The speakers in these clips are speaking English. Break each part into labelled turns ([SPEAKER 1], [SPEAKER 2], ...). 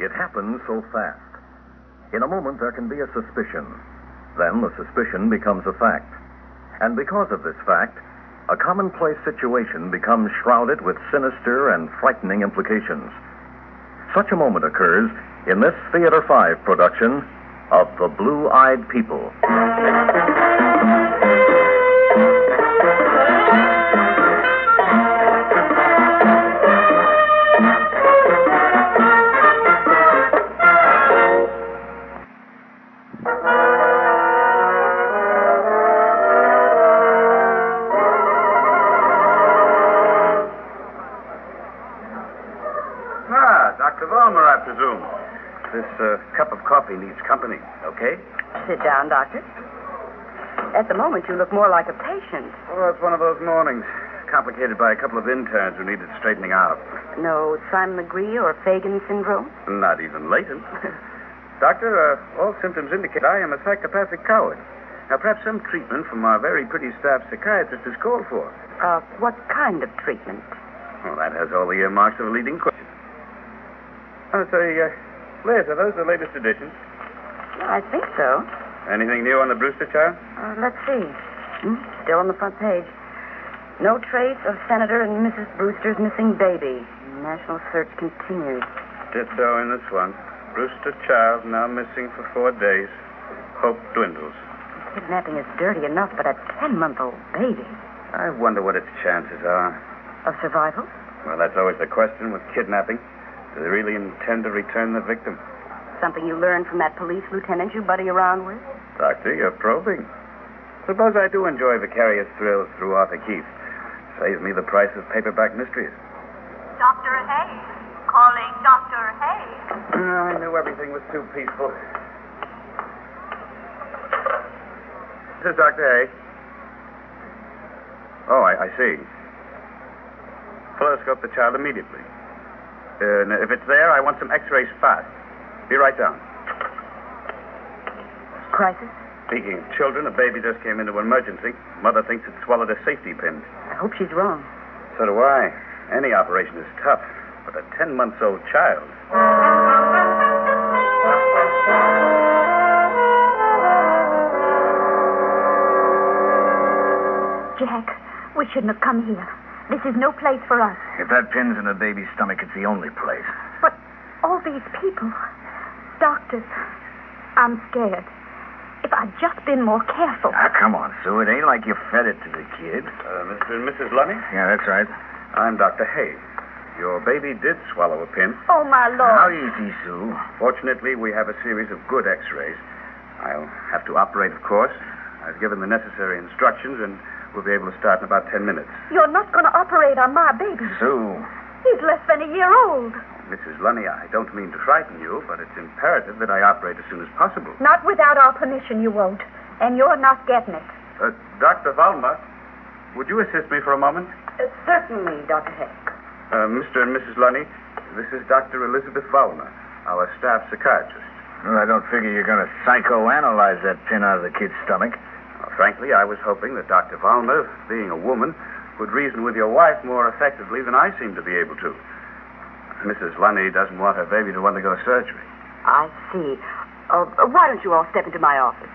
[SPEAKER 1] It happens so fast. In a moment, there can be a suspicion. Then the suspicion becomes a fact. And because of this fact, a commonplace situation becomes shrouded with sinister and frightening implications. Such a moment occurs in this Theater 5 production of The Blue Eyed People.
[SPEAKER 2] Ah, Dr. Vollmer, I presume. This uh, cup of coffee needs company, okay?
[SPEAKER 3] Sit down, Doctor. At the moment, you look more like a patient.
[SPEAKER 2] Well, it's one of those mornings, complicated by a couple of interns who needed straightening out.
[SPEAKER 3] No Simon McGree or Fagan syndrome?
[SPEAKER 2] Not even latent. Doctor, uh, all symptoms indicate I am a psychopathic coward. Now, perhaps some treatment from our very pretty staff psychiatrist is called for.
[SPEAKER 3] Uh, what kind of treatment?
[SPEAKER 2] Well, that has all the earmarks of a leading question. I say, uh, Liz, are those the latest editions?
[SPEAKER 3] I think so.
[SPEAKER 2] Anything new on the Brewster child?
[SPEAKER 3] Uh, let's see. Hmm? Still on the front page. No trace of Senator and Mrs. Brewster's missing baby. National search continues.
[SPEAKER 2] Did so in this one. Brewster child now missing for four days. Hope dwindles.
[SPEAKER 3] Kidnapping is dirty enough, but a 10 month old baby.
[SPEAKER 2] I wonder what its chances are.
[SPEAKER 3] Of survival?
[SPEAKER 2] Well, that's always the question with kidnapping. Do they really intend to return the victim?
[SPEAKER 3] Something you learned from that police lieutenant you buddy around with?
[SPEAKER 2] Doctor, you're probing. Suppose I do enjoy vicarious thrills through Arthur Keith. Saves me the price of paperback mysteries.
[SPEAKER 4] Dr. Hay. Calling Dr. Hay.
[SPEAKER 2] No, I knew everything was too peaceful. This is Dr. Hay. Oh, I, I see. Fluoroscope the child immediately. Uh, and if it's there, I want some x rays fast. Be right down.
[SPEAKER 3] Crisis?
[SPEAKER 2] Speaking of children, a baby just came into emergency. Mother thinks it swallowed a safety pin.
[SPEAKER 3] I hope she's wrong.
[SPEAKER 2] So do I. Any operation is tough, but a 10 months old child.
[SPEAKER 5] Jack, we shouldn't have come here. This is no place for us.
[SPEAKER 6] If that pin's in a baby's stomach, it's the only place.
[SPEAKER 5] But all these people, doctors, I'm scared. If I'd just been more careful.
[SPEAKER 6] Ah, come on, Sue. It ain't like you fed it to the kid.
[SPEAKER 2] Uh, Mr. and Mrs. Lunny?
[SPEAKER 6] Yeah, that's right.
[SPEAKER 2] I'm Dr. Hay. Your baby did swallow a pin.
[SPEAKER 5] Oh, my
[SPEAKER 6] How
[SPEAKER 5] Lord.
[SPEAKER 6] easy, Sue.
[SPEAKER 2] Fortunately, we have a series of good x rays. I'll have to operate, of course. I've given the necessary instructions, and we'll be able to start in about 10 minutes.
[SPEAKER 5] You're not going to operate on my baby.
[SPEAKER 6] Sue.
[SPEAKER 5] He's less than a year old.
[SPEAKER 2] Mrs. Lunny, I don't mean to frighten you, but it's imperative that I operate as soon as possible.
[SPEAKER 5] Not without our permission, you won't. And you're not getting it.
[SPEAKER 2] Uh, Dr. Valmer, would you assist me for a moment?
[SPEAKER 3] Uh, certainly, Dr. Hay.
[SPEAKER 2] Uh, Mr. and Mrs. Lunny, this is Dr. Elizabeth Valmer, our staff psychiatrist.
[SPEAKER 6] Well, I don't figure you're going to psychoanalyze that pin out of the kid's stomach.
[SPEAKER 2] Now, frankly, I was hoping that Dr. Valmer, being a woman, would reason with your wife more effectively than I seem to be able to. Mrs. Lunny doesn't want her baby to undergo surgery.
[SPEAKER 3] I see. Uh, uh, why don't you all step into my office?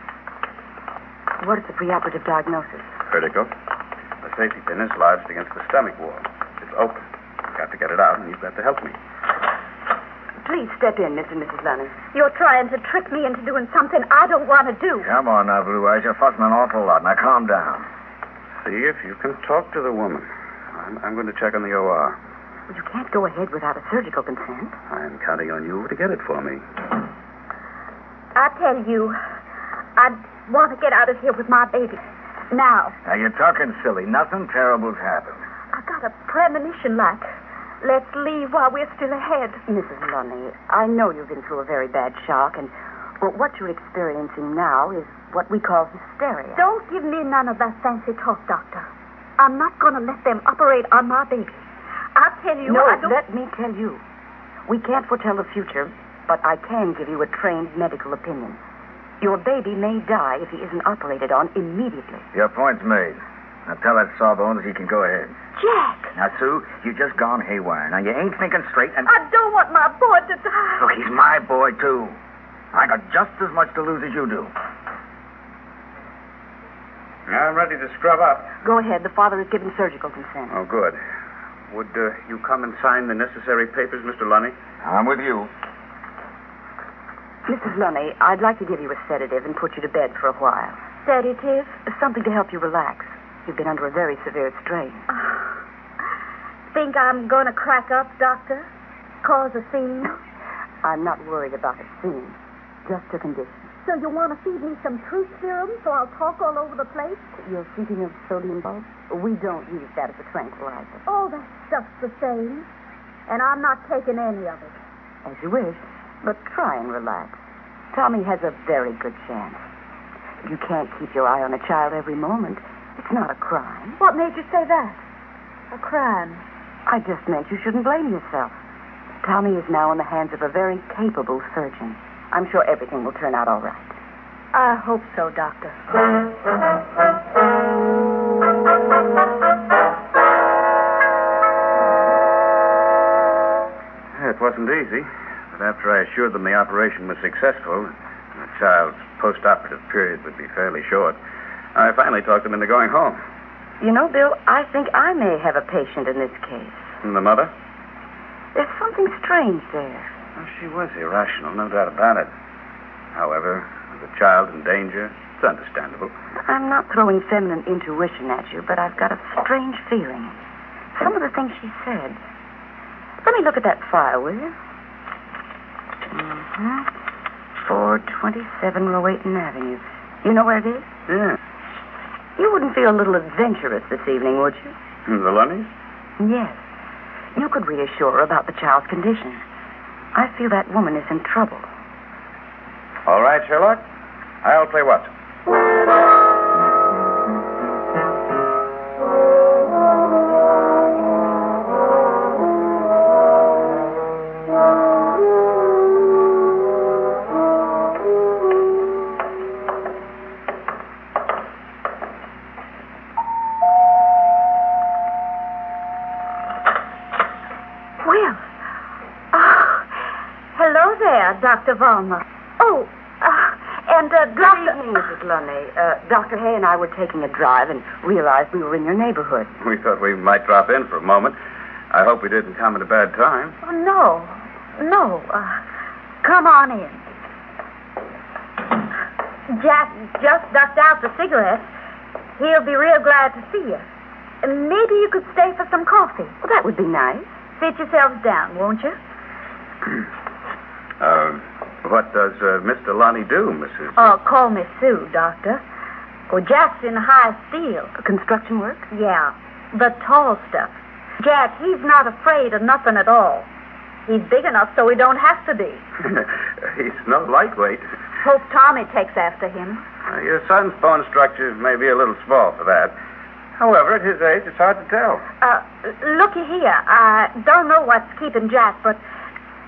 [SPEAKER 3] What is the preoperative diagnosis?
[SPEAKER 2] Vertigo. The safety pin is lodged against the stomach wall. It's open. I've got to get it out, and you've got to help me.
[SPEAKER 3] Please step in, Mr. and Mrs. Lunny.
[SPEAKER 5] You're trying to trick me into doing something I don't want to do.
[SPEAKER 6] Come on now, Blue Eyes. You're fussing an awful lot. Now, calm down.
[SPEAKER 2] See if you can talk to the woman. I'm, I'm going to check on the OR.
[SPEAKER 3] Well, You can't go ahead without a surgical consent.
[SPEAKER 2] I'm counting on you to get it for me.
[SPEAKER 5] I tell you, I want to get out of here with my baby. Now,
[SPEAKER 6] Now, you're talking silly. Nothing terrible's happened.
[SPEAKER 5] I got a premonition like. Let's leave while we're still ahead.
[SPEAKER 3] Mrs. Lunny, I know you've been through a very bad shock, and well, what you're experiencing now is what we call hysteria.
[SPEAKER 5] Don't give me none of that fancy talk, Doctor. I'm not going to let them operate on my baby. I tell you,
[SPEAKER 3] no,
[SPEAKER 5] I don't.
[SPEAKER 3] let me tell you. We can't foretell the future, but I can give you a trained medical opinion. Your baby may die if he isn't operated on immediately.
[SPEAKER 6] Your point's made. Now, tell that sawbones he can go ahead.
[SPEAKER 5] Jack,
[SPEAKER 6] Now, Sue, you just gone haywire. Now, you ain't thinking straight, and
[SPEAKER 5] I don't want my boy to die.
[SPEAKER 6] look, he's my boy, too. I got just as much to lose as you do.
[SPEAKER 2] I'm ready to scrub up.
[SPEAKER 3] Go ahead. The father has given surgical consent.
[SPEAKER 2] Oh, good. Would uh, you come and sign the necessary papers, Mr. Lunny?
[SPEAKER 6] I'm with you.
[SPEAKER 3] Mrs. Lunny, I'd like to give you a sedative and put you to bed for a while.
[SPEAKER 5] Sedative?
[SPEAKER 3] Something to help you relax. You've been under a very severe strain.
[SPEAKER 5] Think I'm going to crack up, Doctor? Cause a scene?
[SPEAKER 3] I'm not worried about the scene, just her condition.
[SPEAKER 5] So you want to feed me some truth serum so I'll talk all over the place?
[SPEAKER 3] You're thinking of sodium bulb? We don't use that as a tranquilizer.
[SPEAKER 5] All that stuff's the same. And I'm not taking any of it.
[SPEAKER 3] As you wish, but try and relax. Tommy has a very good chance. You can't keep your eye on a child every moment. It's not a crime.
[SPEAKER 5] What made you say that? A crime.
[SPEAKER 3] I just meant you shouldn't blame yourself. Tommy is now in the hands of a very capable surgeon. I'm sure everything will turn out all right.
[SPEAKER 5] I hope so, Doctor.
[SPEAKER 2] It wasn't easy, but after I assured them the operation was successful and the child's post-operative period would be fairly short, I finally talked them into going home.
[SPEAKER 3] You know, Bill, I think I may have a patient in this case.
[SPEAKER 2] And the mother?
[SPEAKER 3] There's something strange there.
[SPEAKER 2] Well, she was irrational, no doubt about it. However, with a child in danger, it's understandable.
[SPEAKER 3] I'm not throwing feminine intuition at you, but I've got a strange feeling. Some of the things she said. Let me look at that file, will you? Mm-hmm. 427 Rowayton Avenue. You know where it is?
[SPEAKER 2] Yeah.
[SPEAKER 3] You wouldn't feel a little adventurous this evening, would you?
[SPEAKER 2] And the Lunnies?
[SPEAKER 3] Yes. You could reassure her about the child's condition. I feel that woman is in trouble.
[SPEAKER 2] All right, Sherlock. I'll play Watson.
[SPEAKER 5] Well, oh, hello there, Dr. Valmer. Oh, uh, and uh,
[SPEAKER 3] Good
[SPEAKER 5] Dr.
[SPEAKER 3] evening, Mrs. Lunny. Uh, Dr. Hay and I were taking a drive and realized we were in your neighborhood.
[SPEAKER 2] We thought we might drop in for a moment. I hope we didn't come at a bad time.
[SPEAKER 5] Oh, no, no. Uh, come on in. Jack just ducked out the cigarette. He'll be real glad to see you. And Maybe you could stay for some coffee.
[SPEAKER 3] Well, that would be nice.
[SPEAKER 5] Sit yourselves down, won't you?
[SPEAKER 2] Uh, what does uh, Mr. Lonnie do, Mrs.
[SPEAKER 5] Oh, call me Sue, Doctor. Well, Jack's in Oh, high steel.
[SPEAKER 3] Construction work?
[SPEAKER 5] Yeah, the tall stuff. Jack, he's not afraid of nothing at all. He's big enough so he don't have to be.
[SPEAKER 2] He's no lightweight.
[SPEAKER 5] Hope Tommy takes after him.
[SPEAKER 2] Uh, your son's bone structure may be a little small for that. However, at his age, it's hard to tell.
[SPEAKER 5] Uh, looky here. I don't know what's keeping Jack, but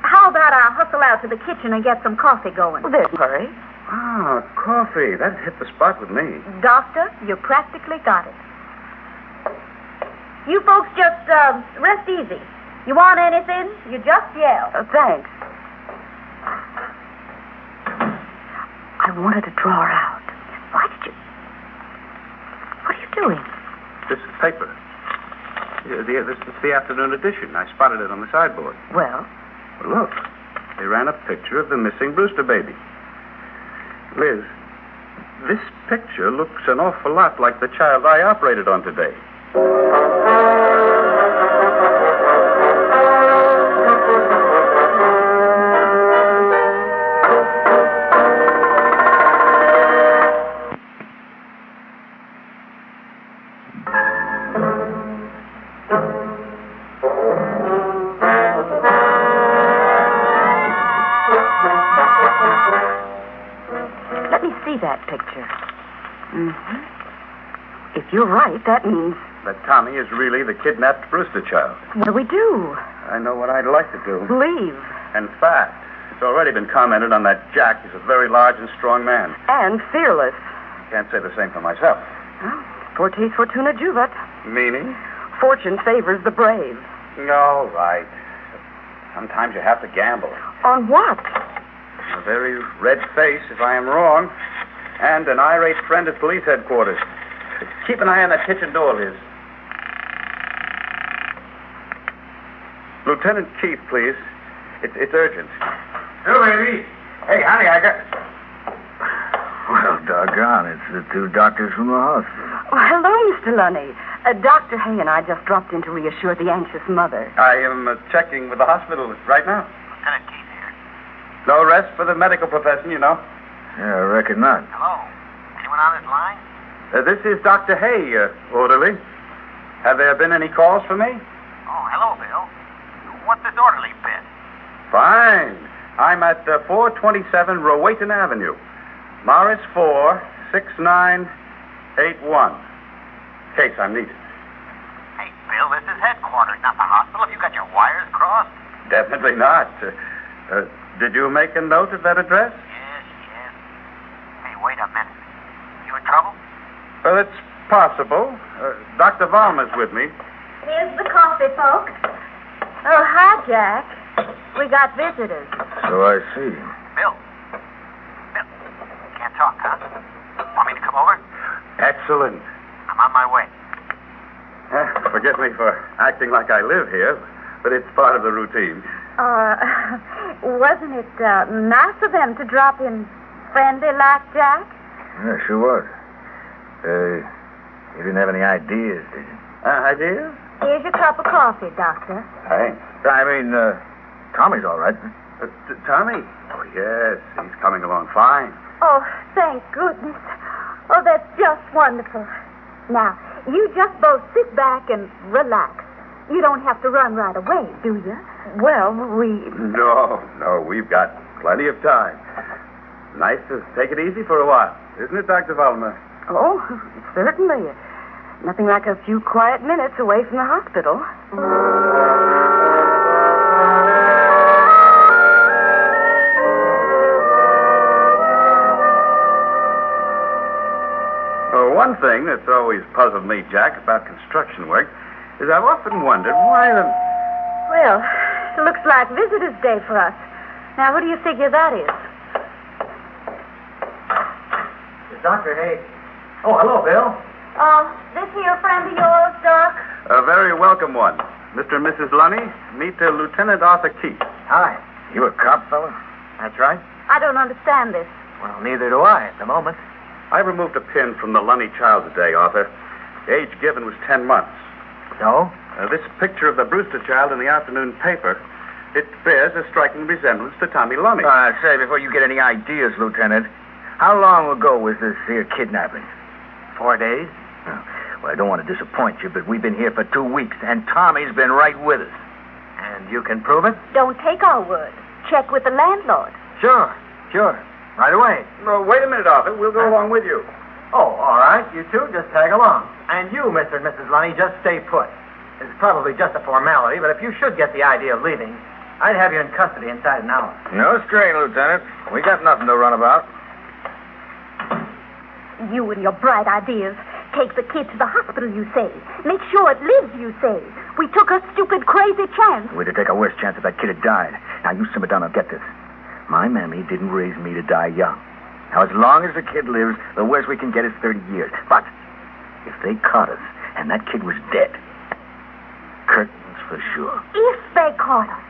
[SPEAKER 5] how about I hustle out to the kitchen and get some coffee going?
[SPEAKER 3] Well, there's no hurry.
[SPEAKER 2] Ah, coffee. That hit the spot with me.
[SPEAKER 5] Doctor, you practically got it. You folks just uh, rest easy. You want anything? You just yell.
[SPEAKER 3] Uh, thanks. I wanted to draw her out. Why did you? What are you doing?
[SPEAKER 2] This is paper. Yeah, the, this is the afternoon edition. I spotted it on the sideboard.
[SPEAKER 3] Well,
[SPEAKER 2] Well, look, they ran a picture of the missing Brewster baby. Liz, this picture looks an awful lot like the child I operated on today.
[SPEAKER 3] let me see that picture. hmm If you're right, that means
[SPEAKER 2] That Tommy is really the kidnapped Brewster child.
[SPEAKER 3] what do we do?
[SPEAKER 2] I know what I'd like to do.
[SPEAKER 3] Leave
[SPEAKER 2] In fact, it's already been commented on that Jack is a very large and strong man.
[SPEAKER 3] and fearless.
[SPEAKER 2] Can't say the same for myself.
[SPEAKER 3] Well, Fortis fortuna juvat.
[SPEAKER 2] Meaning?
[SPEAKER 3] Fortune favors the brave.
[SPEAKER 2] All right. Sometimes you have to gamble.
[SPEAKER 5] On what?
[SPEAKER 2] A very red face, if I am wrong, and an irate friend at police headquarters. Keep an eye on that kitchen door of his. Lieutenant Keith, please. It's, it's urgent.
[SPEAKER 6] Hello, baby.
[SPEAKER 2] Hey, honey, I got.
[SPEAKER 6] Well, doggone, it's the two doctors from the hospital.
[SPEAKER 3] Oh, hello, Mr. Lunny. Uh, Dr. Hay and I just dropped in to reassure the anxious mother.
[SPEAKER 2] I am uh, checking with the hospital right now.
[SPEAKER 7] Lieutenant Keith here.
[SPEAKER 2] No rest for the medical profession, you know.
[SPEAKER 6] Yeah, I reckon not.
[SPEAKER 7] Hello. Anyone on this line?
[SPEAKER 2] Uh, this is Dr. Hay, uh, orderly. Have there been any calls for me?
[SPEAKER 7] Oh, hello, Bill. What's this orderly bit?
[SPEAKER 2] Fine. I'm at uh, 427 Rowayton Avenue. Morris 4, 6981. Case I'm needed.
[SPEAKER 7] Hey, Bill, this is headquarters, not the hospital. Have you got your wires crossed?
[SPEAKER 2] Definitely not. Uh, uh, did you make a note of that address?
[SPEAKER 7] Yes, yes. Hey, wait a minute. You in trouble?
[SPEAKER 2] Well, it's possible. Uh, Dr. Valmer's with me.
[SPEAKER 5] Here's the coffee, folks. Oh, hi, Jack. We got visitors.
[SPEAKER 6] So I see.
[SPEAKER 7] Bill. Bill. Can't talk, huh? Want me to come over?
[SPEAKER 2] Excellent.
[SPEAKER 7] I'm on my way.
[SPEAKER 2] Eh, forgive me for acting like I live here, but it's part of the routine.
[SPEAKER 5] Uh, wasn't it uh, nice of them to drop in friendly like Jack?
[SPEAKER 6] Yeah, sure was. Uh, you didn't have any ideas, did you?
[SPEAKER 2] Uh, idea?
[SPEAKER 5] Here's your cup of coffee, Doctor.
[SPEAKER 2] Thanks.
[SPEAKER 6] I mean, uh, Tommy's all right.
[SPEAKER 2] Uh, t- Tommy? Oh, yes. He's coming along fine.
[SPEAKER 5] Oh, thank goodness. Oh, that's just wonderful. Now, you just both sit back and relax. You don't have to run right away, do you?
[SPEAKER 3] Well, we.
[SPEAKER 2] No, no. We've got plenty of time. Nice to take it easy for a while, isn't it, Dr. Valmer?
[SPEAKER 3] Oh, certainly. Nothing like a few quiet minutes away from the hospital.
[SPEAKER 2] Uh, one thing that's always puzzled me, Jack, about construction work is I've often wondered why the.
[SPEAKER 5] Well, it looks like visitor's day for us. Now, who do you figure that is?
[SPEAKER 8] Dr. Hay. Oh, hello, Bill.
[SPEAKER 5] Uh, this here friend of yours, Doc?
[SPEAKER 2] A very welcome one. Mr. and Mrs. Lunny, meet uh, Lieutenant Arthur Keith.
[SPEAKER 8] Hi.
[SPEAKER 6] You a cop, fella?
[SPEAKER 8] That's right.
[SPEAKER 5] I don't understand this.
[SPEAKER 8] Well, neither do I at the moment.
[SPEAKER 2] I removed a pin from the Lunny child today, Arthur. The age given was 10 months.
[SPEAKER 8] So?
[SPEAKER 2] Uh, this picture of the Brewster child in the afternoon paper, it bears a striking resemblance to Tommy Lunny.
[SPEAKER 6] Uh, say, before you get any ideas, Lieutenant, how long ago was this here kidnapping?
[SPEAKER 8] Four days?
[SPEAKER 6] Oh, well, I don't want to disappoint you, but we've been here for two weeks, and Tommy's been right with us.
[SPEAKER 8] And you can prove it?
[SPEAKER 5] Don't take our word. Check with the landlord.
[SPEAKER 8] Sure, sure. Right away.
[SPEAKER 2] Well, wait a minute, Arthur. We'll go along with you.
[SPEAKER 8] Oh, all right. You two just tag along. And you, Mr. and Mrs. Lunny, just stay put. It's probably just a formality, but if you should get the idea of leaving, I'd have you in custody inside an hour.
[SPEAKER 6] No strain, Lieutenant. We got nothing to run about.
[SPEAKER 5] You and your bright ideas. Take the kid to the hospital, you say. Make sure it lives, you say. We took a stupid, crazy chance.
[SPEAKER 6] We'd have taken a worse chance if that kid had died. Now, you simmer down and get this. My mammy didn't raise me to die young. Now, as long as the kid lives, the worst we can get is 30 years. But if they caught us and that kid was dead, curtains for sure.
[SPEAKER 5] If they caught us.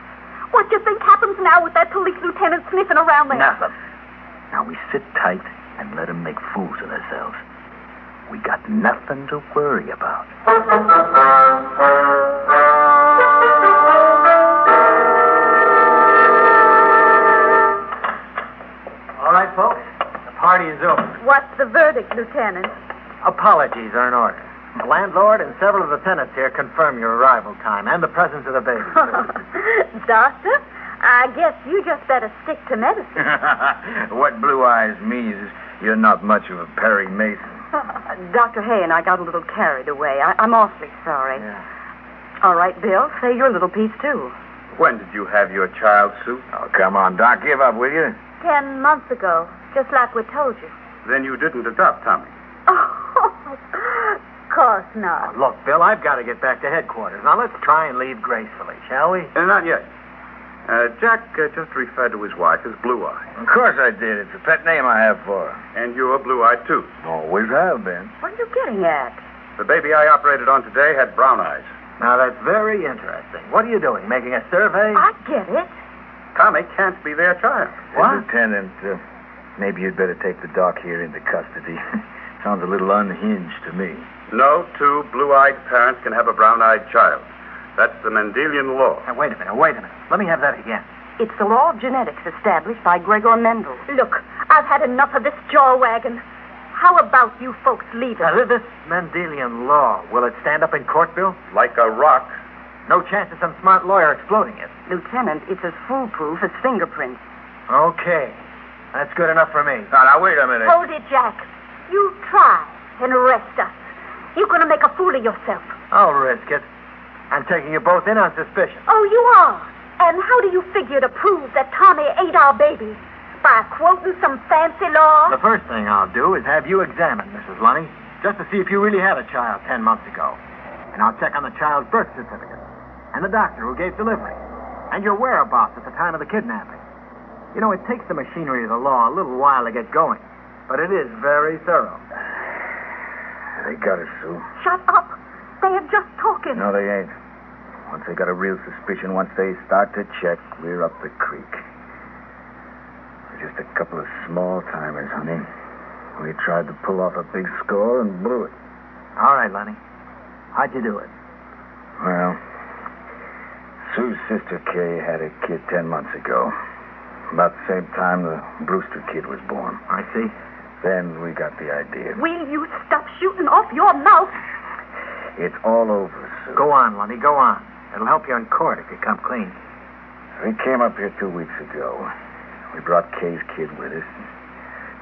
[SPEAKER 5] What do you think happens now with that police lieutenant sniffing around there?
[SPEAKER 6] Nothing. Now, we sit tight and let 'em make fools of themselves. We got nothing to worry about.
[SPEAKER 8] All right, folks. The party is over.
[SPEAKER 5] What's the verdict, Lieutenant?
[SPEAKER 8] Apologies are in order. The landlord and several of the tenants here confirm your arrival time and the presence of the baby.
[SPEAKER 5] Doctor, I guess you just better stick to medicine.
[SPEAKER 6] what blue eyes means is you're not much of a Perry Mason.
[SPEAKER 3] Dr. Hay and I got a little carried away. I- I'm awfully sorry.
[SPEAKER 8] Yeah.
[SPEAKER 3] All right, Bill, say your little piece, too.
[SPEAKER 2] When did you have your child, Sue?
[SPEAKER 6] Oh, come on, Doc. Give up, will you?
[SPEAKER 5] Ten months ago, just like we told you.
[SPEAKER 2] Then you didn't adopt Tommy.
[SPEAKER 5] Oh, course not.
[SPEAKER 8] Look, Bill, I've got to get back to headquarters. Now, let's try and leave gracefully, shall we?
[SPEAKER 2] Uh, not yet. Uh, Jack uh, just referred to his wife as Blue Eye.
[SPEAKER 6] Of course I did. It's a pet name I have for her.
[SPEAKER 2] And you're Blue Eye, too.
[SPEAKER 6] Always have been.
[SPEAKER 3] What are you getting at?
[SPEAKER 2] The baby I operated on today had brown eyes.
[SPEAKER 8] Now, that's very interesting. What are you doing? Making a survey?
[SPEAKER 5] I get it.
[SPEAKER 2] Tommy can't be their child.
[SPEAKER 6] Lieutenant, uh, maybe you'd better take the doc here into custody. Sounds a little unhinged to me.
[SPEAKER 2] No two blue eyed parents can have a brown eyed child. That's the Mendelian law.
[SPEAKER 8] Now, wait a minute, wait a minute. Let me have that again.
[SPEAKER 3] It's the law of genetics established by Gregor Mendel.
[SPEAKER 5] Look, I've had enough of this jaw wagon. How about you folks leave
[SPEAKER 8] Now,
[SPEAKER 5] it?
[SPEAKER 8] this Mendelian law, will it stand up in court, Bill?
[SPEAKER 2] Like a rock.
[SPEAKER 8] No chance of some smart lawyer exploding it.
[SPEAKER 3] Lieutenant, it's as foolproof as fingerprints.
[SPEAKER 8] Okay. That's good enough for me.
[SPEAKER 6] Now, now wait a minute.
[SPEAKER 5] Hold it, Jack. You try and arrest us. You're going to make a fool of yourself.
[SPEAKER 8] I'll risk it. I'm taking you both in on suspicion.
[SPEAKER 5] Oh, you are. And how do you figure to prove that Tommy ate our baby? By quoting some fancy law?
[SPEAKER 8] The first thing I'll do is have you examined, Mrs. Lunny, just to see if you really had a child ten months ago. And I'll check on the child's birth certificate and the doctor who gave delivery and your whereabouts at the time of the kidnapping. You know, it takes the machinery of the law a little while to get going, but it is very thorough.
[SPEAKER 6] They got us, Sue.
[SPEAKER 5] Shut up. They are just talking.
[SPEAKER 6] No, they ain't. Once they got a real suspicion, once they start to check, we're up the creek. We're just a couple of small timers, honey. We tried to pull off a big score and blew it.
[SPEAKER 8] All right, Lonnie. How'd you do it?
[SPEAKER 6] Well, Sue's sister Kay had a kid ten months ago. About the same time the Brewster kid was born.
[SPEAKER 8] I see.
[SPEAKER 6] Then we got the idea.
[SPEAKER 5] Will you stop shooting off your mouth?
[SPEAKER 6] It's all over, Sue.
[SPEAKER 8] Go on, Lonnie. Go on. It'll help you in court if you come clean.
[SPEAKER 6] We came up here two weeks ago. We brought Kay's kid with us.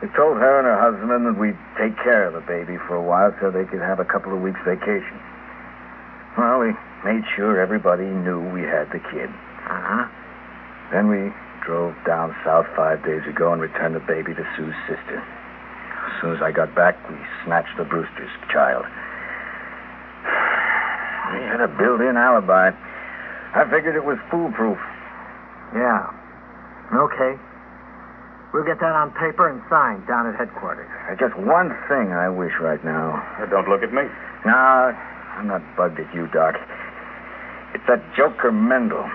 [SPEAKER 6] We told her and her husband that we'd take care of the baby for a while so they could have a couple of weeks vacation. Well, we made sure everybody knew we had the kid.
[SPEAKER 8] Uh huh.
[SPEAKER 6] Then we drove down south five days ago and returned the baby to Sue's sister. As soon as I got back, we snatched the Brewster's child. We had a built-in alibi. I figured it was foolproof.
[SPEAKER 8] Yeah. Okay. We'll get that on paper and signed down at headquarters.
[SPEAKER 6] There's Uh, just one thing I wish right now.
[SPEAKER 2] Uh, Don't look at me.
[SPEAKER 6] No, I'm not bugged at you, Doc. It's that Joker Mendel.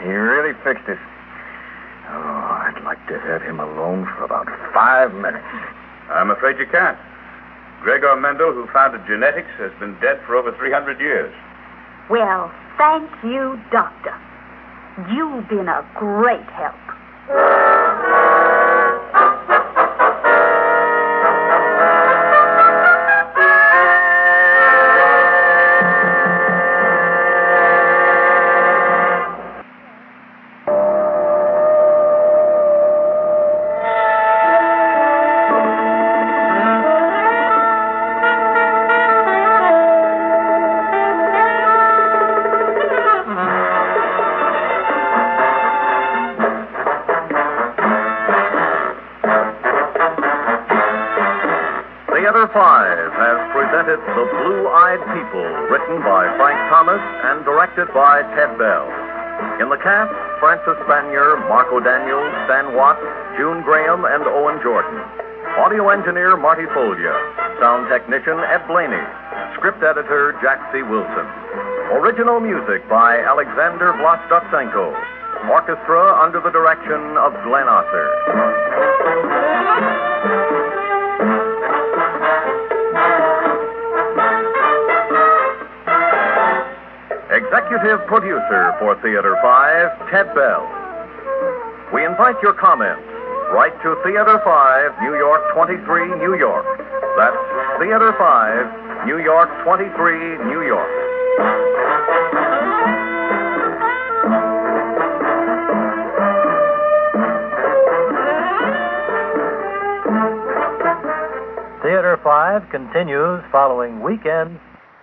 [SPEAKER 6] He really fixed it. Oh, I'd like to have him alone for about five minutes.
[SPEAKER 2] I'm afraid you can't. Gregor Mendel, who founded genetics, has been dead for over 300 years.
[SPEAKER 5] Well, thank you, Doctor. You've been a great help.
[SPEAKER 1] Theater 5 has presented The Blue Eyed People, written by Frank Thomas and directed by Ted Bell. In the cast, Francis Spanier, Marco Daniels, Stan Watts, June Graham, and Owen Jordan. Audio engineer Marty Folia. Sound technician Ed Blaney. Script editor Jack C. Wilson. Original music by Alexander Vlastotsenko. Orchestra under the direction of Glenn Osser. Executive producer for Theater 5, Ted Bell. We invite your comments. Write to Theater 5, New York 23, New York. That's Theater 5, New York 23, New York.
[SPEAKER 9] Theater 5 continues following weekend